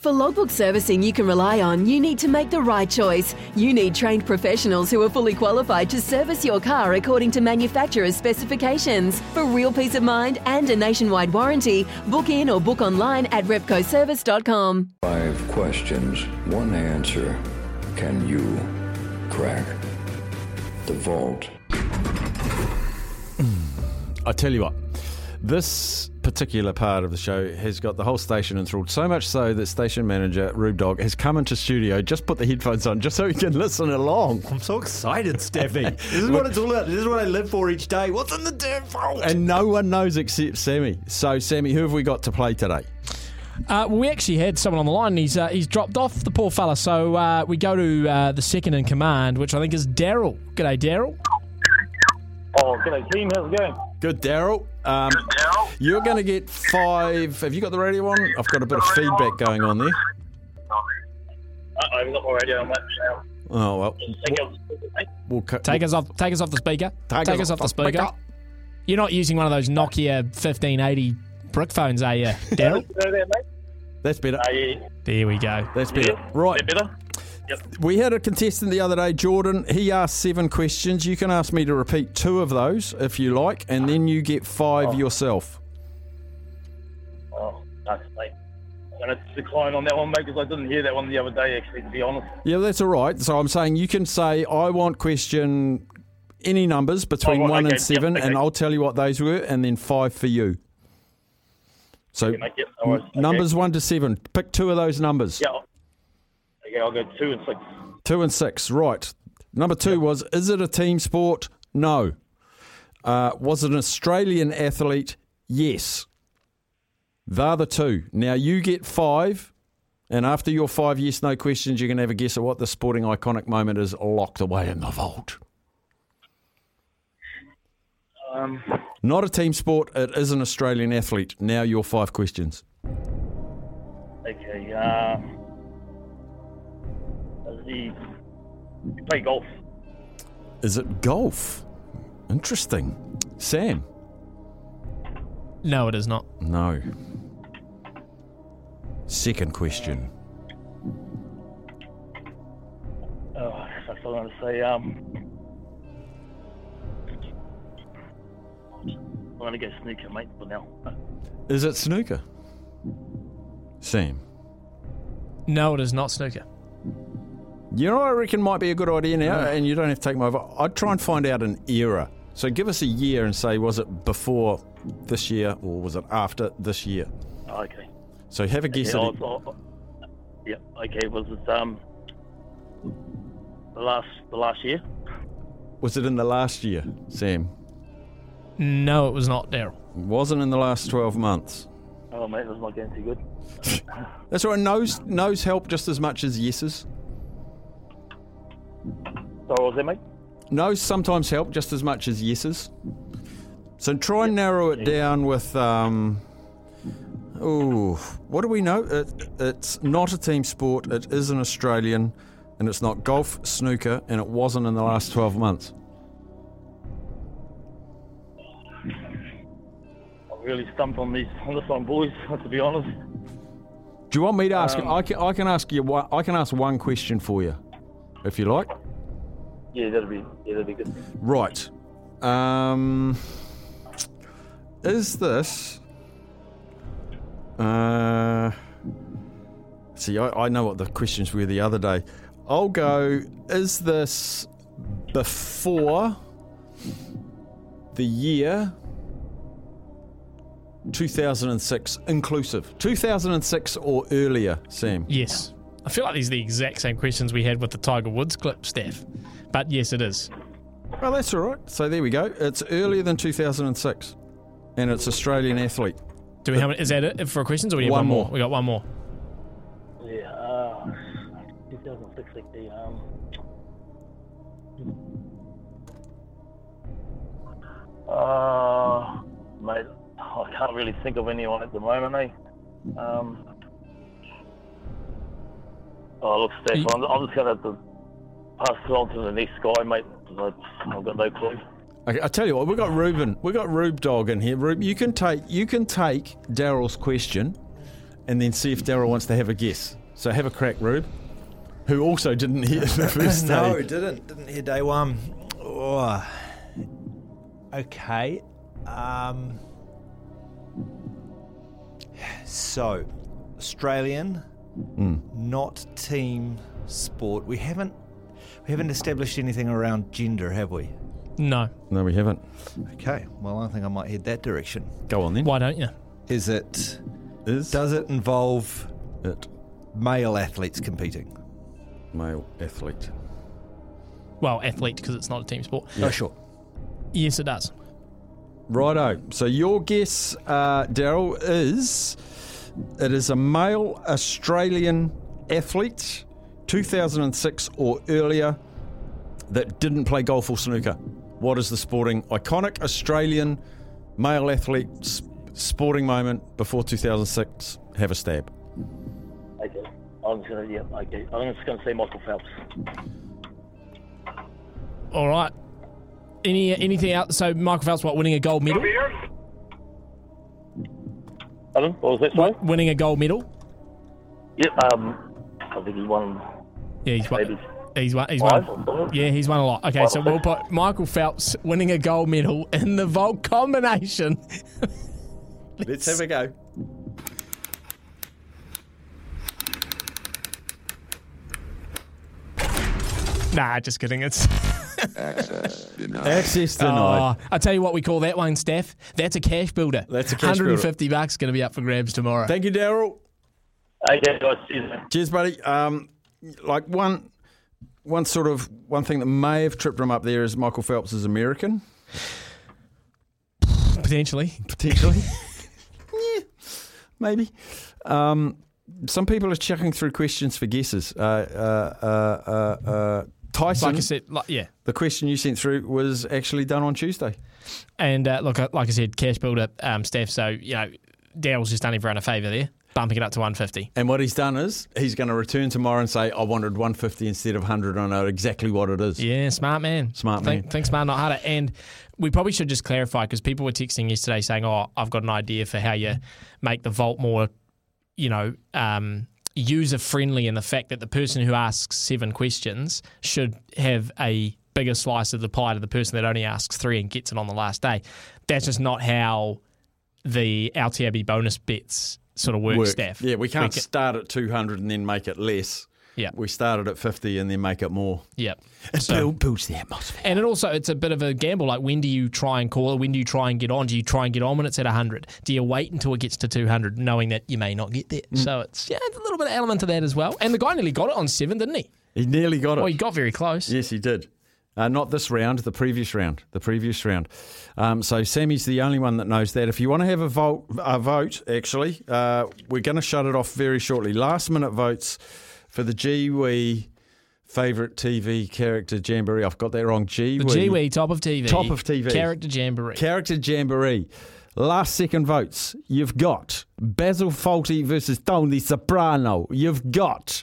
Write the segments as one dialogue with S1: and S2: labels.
S1: For logbook servicing you can rely on, you need to make the right choice. You need trained professionals who are fully qualified to service your car according to manufacturer's specifications. For real peace of mind and a nationwide warranty, book in or book online at repcoservice.com.
S2: Five questions, one answer. Can you crack the vault?
S3: I tell you what, this particular part of the show has got the whole station enthralled. So much so that station manager Rube Dog has come into studio, just put the headphones on, just so he can listen along.
S4: I'm so excited, Steffi. this is what it's all about. This is what I live for each day. What's in the damn vault?
S3: And no one knows except Sammy. So, Sammy, who have we got to play today?
S5: Uh, we actually had someone on the line. And he's uh, he's dropped off the poor fella. So uh, we go to uh, the second in command, which I think is Daryl. G'day, Daryl.
S6: Oh, g'day team, how's it going?
S3: Good, Daryl. Um, you're going to get five. Have you got the radio on? I've got a bit of feedback going on there.
S6: Uh-oh, I've got my radio on mate.
S3: Oh well,
S6: Take out mate.
S3: we'll cut.
S5: Take us off. Take us off the speaker.
S3: Take us off
S5: the
S3: the
S5: speaker.
S3: speaker.
S5: You're not using one of those Nokia 1580 brick phones, are you, Daryl?
S6: Go there, mate.
S3: That's better.
S6: Are you
S5: there we go.
S3: That's better. Right.
S6: bit better?
S3: We had a contestant the other day, Jordan. He asked seven questions. You can ask me to repeat two of those if you like, and then you get five yourself.
S6: Oh, nice, mate. I'm going to decline on that one, mate, because I didn't hear that one the other day, actually, to be honest.
S3: Yeah, that's all right. So I'm saying you can say, I want question any numbers between
S6: Oh, right,
S3: one
S6: okay,
S3: and seven,
S6: yep,
S3: and
S6: okay.
S3: I'll tell you what those were, and then five for you. So
S6: mate, yep, no worries, okay.
S3: numbers one to seven. Pick two of those numbers,
S6: Yeah. I'll- Okay, I'll go two and six.
S3: two and six. Right. Number two was, is it a team sport? No. Uh, was it an Australian athlete? Yes. They're the two. Now you get five, and after your five yes no questions, you can have a guess at what the sporting iconic moment is locked away in the vault.
S6: Um,
S3: Not a team sport. It is an Australian athlete. Now your five questions.
S6: okay, um... does he, he play golf?
S3: Is it golf? Interesting. Sam?
S5: No, it is not.
S3: No. Second question.
S6: Oh, that's what I was going to say. Um, I'm going to go snooker, mate, for now.
S3: Is it snooker? Sam?
S5: No, it is not snooker.
S3: You know what I reckon might be a good idea now, and you don't have to take my over. I'd try and find out an era. So give us a year and say, was it before this year or was it after this year?
S6: Oh, okay.
S3: So have a guess
S6: Yeah,
S3: at it.
S6: I was- I- yeah, okay. Was it um the last the last year?
S3: Was it in the last year, Sam?
S5: No, it was not Daryl.
S3: Wasn't in the last 12 months.
S6: Oh mate, that's not going too good.
S3: That's all right. No's no's help just as much as yeses.
S6: So what was that, mate?
S3: No's sometimes help just as much as yeses. So try and narrow it down with. Um, oh, what do we know? It, it's not a team sport. It is an Australian, and it's not golf, snooker, and it wasn't in the last twelve months.
S6: I'm really stumped on these on this one, boys. To be honest.
S3: Do you want me to ask? I can. I can ask you. one- I can ask one question for you, if you like.
S6: Yeah, that'd be yeah, that'd be good.
S3: Right. Um, is this? Uh, see, I, I know what the questions were the other day. I'll go. Is this before the year 2006 inclusive? 2006 or earlier, Sam?
S5: Yes. I feel like these are the exact same questions we had with the Tiger Woods clip, Steph. But yes, it is.
S3: Well, Oh, that's all right. So there we go. It's earlier than 2006, and it's Australian athlete.
S5: Do we have? Is that it for questions? Or we have
S3: One
S5: one more?
S3: more.
S5: We got one more.
S6: Yeah, uh, 2006 like the um. Uh, mate, I can't really think of anyone at the moment, eh? Um. Oh, look, Steph,
S5: You-
S6: I'm, I'm just gonna have to pass it on to the next guy, mate. 'cause I- I've got no clue.
S3: Okay, I tell you what, we got Ruben, we got Rube Dog in here. Rube, you can take you can take Daryl's question, and then see if Daryl wants to have a guess. So have a crack, Rube, who also didn't hear the first
S4: No,
S3: day.
S4: didn't didn't hear day one. Oh. Okay. Um. So, Australian, Hmm. not team sport. We haven't we haven't established anything around gender, have we?
S5: No.
S3: No, we haven't.
S4: Okay. Well, I think I might head that direction.
S3: Go on then.
S5: Why don't you?
S4: Is it?
S3: Is
S4: Does it involve
S3: it
S4: male athletes competing?
S3: male athlete?
S5: Well, athlete because it's not a team sport.
S4: Oh, sure.
S5: Yes, it does.
S3: Righto. So your guess, uh, Daryl, is it is a male Australian athlete, 2006 or earlier, that didn't play golf or snooker. What is the sporting iconic Australian male athlete s- sporting moment before 2006? Have a stab.
S6: Okay, I'm just gonna yeah. Okay, I'm just gonna say Michael Phelps.
S5: All right. Any anything else? So Michael Phelps, what winning a gold medal?
S6: Pardon? What was that? Sorry.
S5: Winning a gold medal?
S6: Yep. Um, I think he won.
S5: Yeah, he's
S6: Maybe.
S5: won. He's won. He's
S6: Five
S5: won.
S6: or something.
S5: Yeah, he's won a lot. Okay,
S6: Five
S5: so
S6: or
S5: we'll
S6: six.
S5: put Michael Phelps winning a gold medal in the vault combination.
S3: Let's have a go.
S5: nah, just kidding. It's
S3: Access denied.
S5: Oh, I tell you what we call that one, Steph. That's a cash builder.
S3: That's a cash builder.
S5: 150 bucks going to be up for grabs tomorrow.
S3: Thank you, Daryl.
S6: Okay, guys. Cheers. mate.
S3: Cheers, buddy. Um, like one, one sort of one thing that may have tripped him up there is Michael Phelps is American.
S5: Potentially.
S3: potentially. yeah, maybe. Um, some people are checking through questions for guesses. Uh, uh, uh, uh, uh, Tyson,
S5: Like I said, like, yeah.
S3: the question you sent through was actually done on Tuesday.
S5: And uh, look, uh, like I said, cash builder, um, Steph. So, you know, Daryl's just done everyone a favour there, bumping it up to 150.
S3: And what he's done is he's going to return tomorrow and say, I wanted 150 instead of 100. I know exactly what it is.
S5: Yeah, smart man.
S3: Smart
S5: think,
S3: man.
S5: Think smart, not harder. And we probably should just clarify because people were texting yesterday saying, "Oh, I've got an idea for how you make the vault more, you know, um, user friendly." In the fact that the person who asks seven questions should have a bigger slice of the pie to the person that only asks three and gets it on the last day. That's just not how the LTAB bonus bets sort of work,
S3: Work.
S5: Steph.
S3: Yeah, we can't
S5: ca-
S3: start at 200 and then make it less.
S5: Yeah.
S3: We started at 50 and then make it more.
S5: Yeah. So,
S3: builds the atmosphere.
S5: and it also it's a bit of a gamble. Like when do you try and call it? When do you try and get on? Do you try and get on when it's at hundred? Do you wait until it gets to two hundred, knowing that you may not get
S4: Mm.
S5: there? So it's yeah, it's a little bit of element to that as well. And the guy nearly got it on seven, didn't he?
S3: He nearly got it.
S5: Well, he got very close.
S3: Yes, he did. Uh, not this round, the previous round. The previous round. Um, so Sammy's the only one that knows that. If you want to have a vote, a vote actually, uh, we're going to shut it off very shortly. Last minute votes for the Gee favourite TV character Jamboree. I've got that wrong. Gee
S5: The Gwee top of TV,
S3: Top of TV.
S5: character jamboree.
S3: Character Jamboree. Last second votes. You've got Basil Fawlty versus Tony Soprano. You've got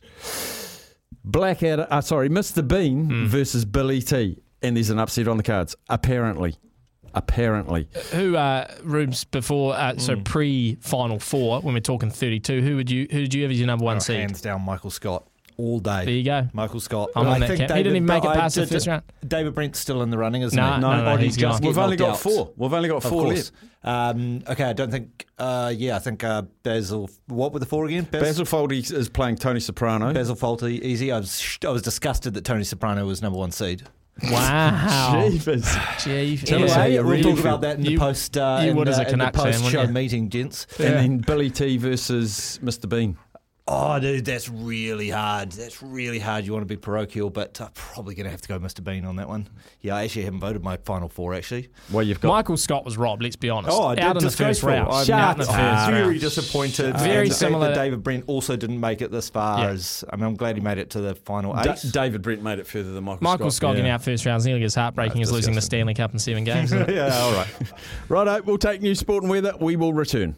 S3: Blackadder, uh, sorry, Mr. Bean
S5: Hmm.
S3: versus Billy T. And there's an upset on the cards, apparently. Apparently.
S5: who uh, rooms before? Uh, So
S4: Mm.
S5: pre final four, when we're talking thirty-two, who would you who did you have as your number one
S4: Oh,
S5: seed?
S4: hands down, Michael Scott all day.
S5: There you go.
S4: Michael Scott.
S5: I'm
S4: I
S5: on that
S4: think
S5: cap. He didn't even make it
S4: I
S5: past the
S4: did-
S5: first round.
S4: David Brent's still in the running, isn't
S5: Uh, No,
S4: he?
S5: no, no, no, he's gone.
S4: just
S3: We've
S4: getting
S3: only got
S4: knocked out.
S3: four. We've only got
S4: Of
S3: four
S4: course.
S3: left.
S4: Um, okay, I don't think. Uh, yeah, I think uh, Basil. What were the four again? Bas-
S3: Basil Fawlty is playing Tony Soprano.
S4: Basil Fawlty, easy. I was I was disgusted that Tony Soprano was number one seed.
S5: Wow.
S3: Jeepers.
S5: Gee,
S4: Anyway,
S3: how you
S4: we'll
S3: really
S4: talk
S3: feel.
S4: about that in
S5: You-
S4: the post. Uh,
S5: you
S4: in
S5: would
S4: the,
S5: as a
S4: in the
S5: Canucks fan, wouldn't
S4: post-show
S5: you?
S4: meeting, gents.
S3: And then Billy T versus Mr. Bean.
S4: oh, dude, that's really hard. That's really hard. You want to be parochial, but uh, probably going to have to go Mr. Bean on that one. Yeah, I actually haven't voted my final four, actually.
S3: Well, you've got
S5: Michael Scott was robbed. Let's be honest.
S4: Oh,
S5: out
S4: d-
S5: in the first
S4: disgraceful.
S5: round.
S4: I'm
S5: out in the
S4: not-
S5: first
S4: very
S5: round. Very
S4: disappointed. And the fact
S5: similar-
S4: That David Brent also didn't make it this far.
S5: Yeah.
S4: As I mean, I'm glad he made it to the final eight.
S3: Da- David Brent made it further than Michael.
S5: Michael Scott
S3: Scott
S5: getting
S3: yeah.
S5: out first round is nearly as heartbreaking as losing the Stanley Cup in seven games. isn't it?
S3: Yeah, all right. Righto, we'll take new sport and weather. We will return.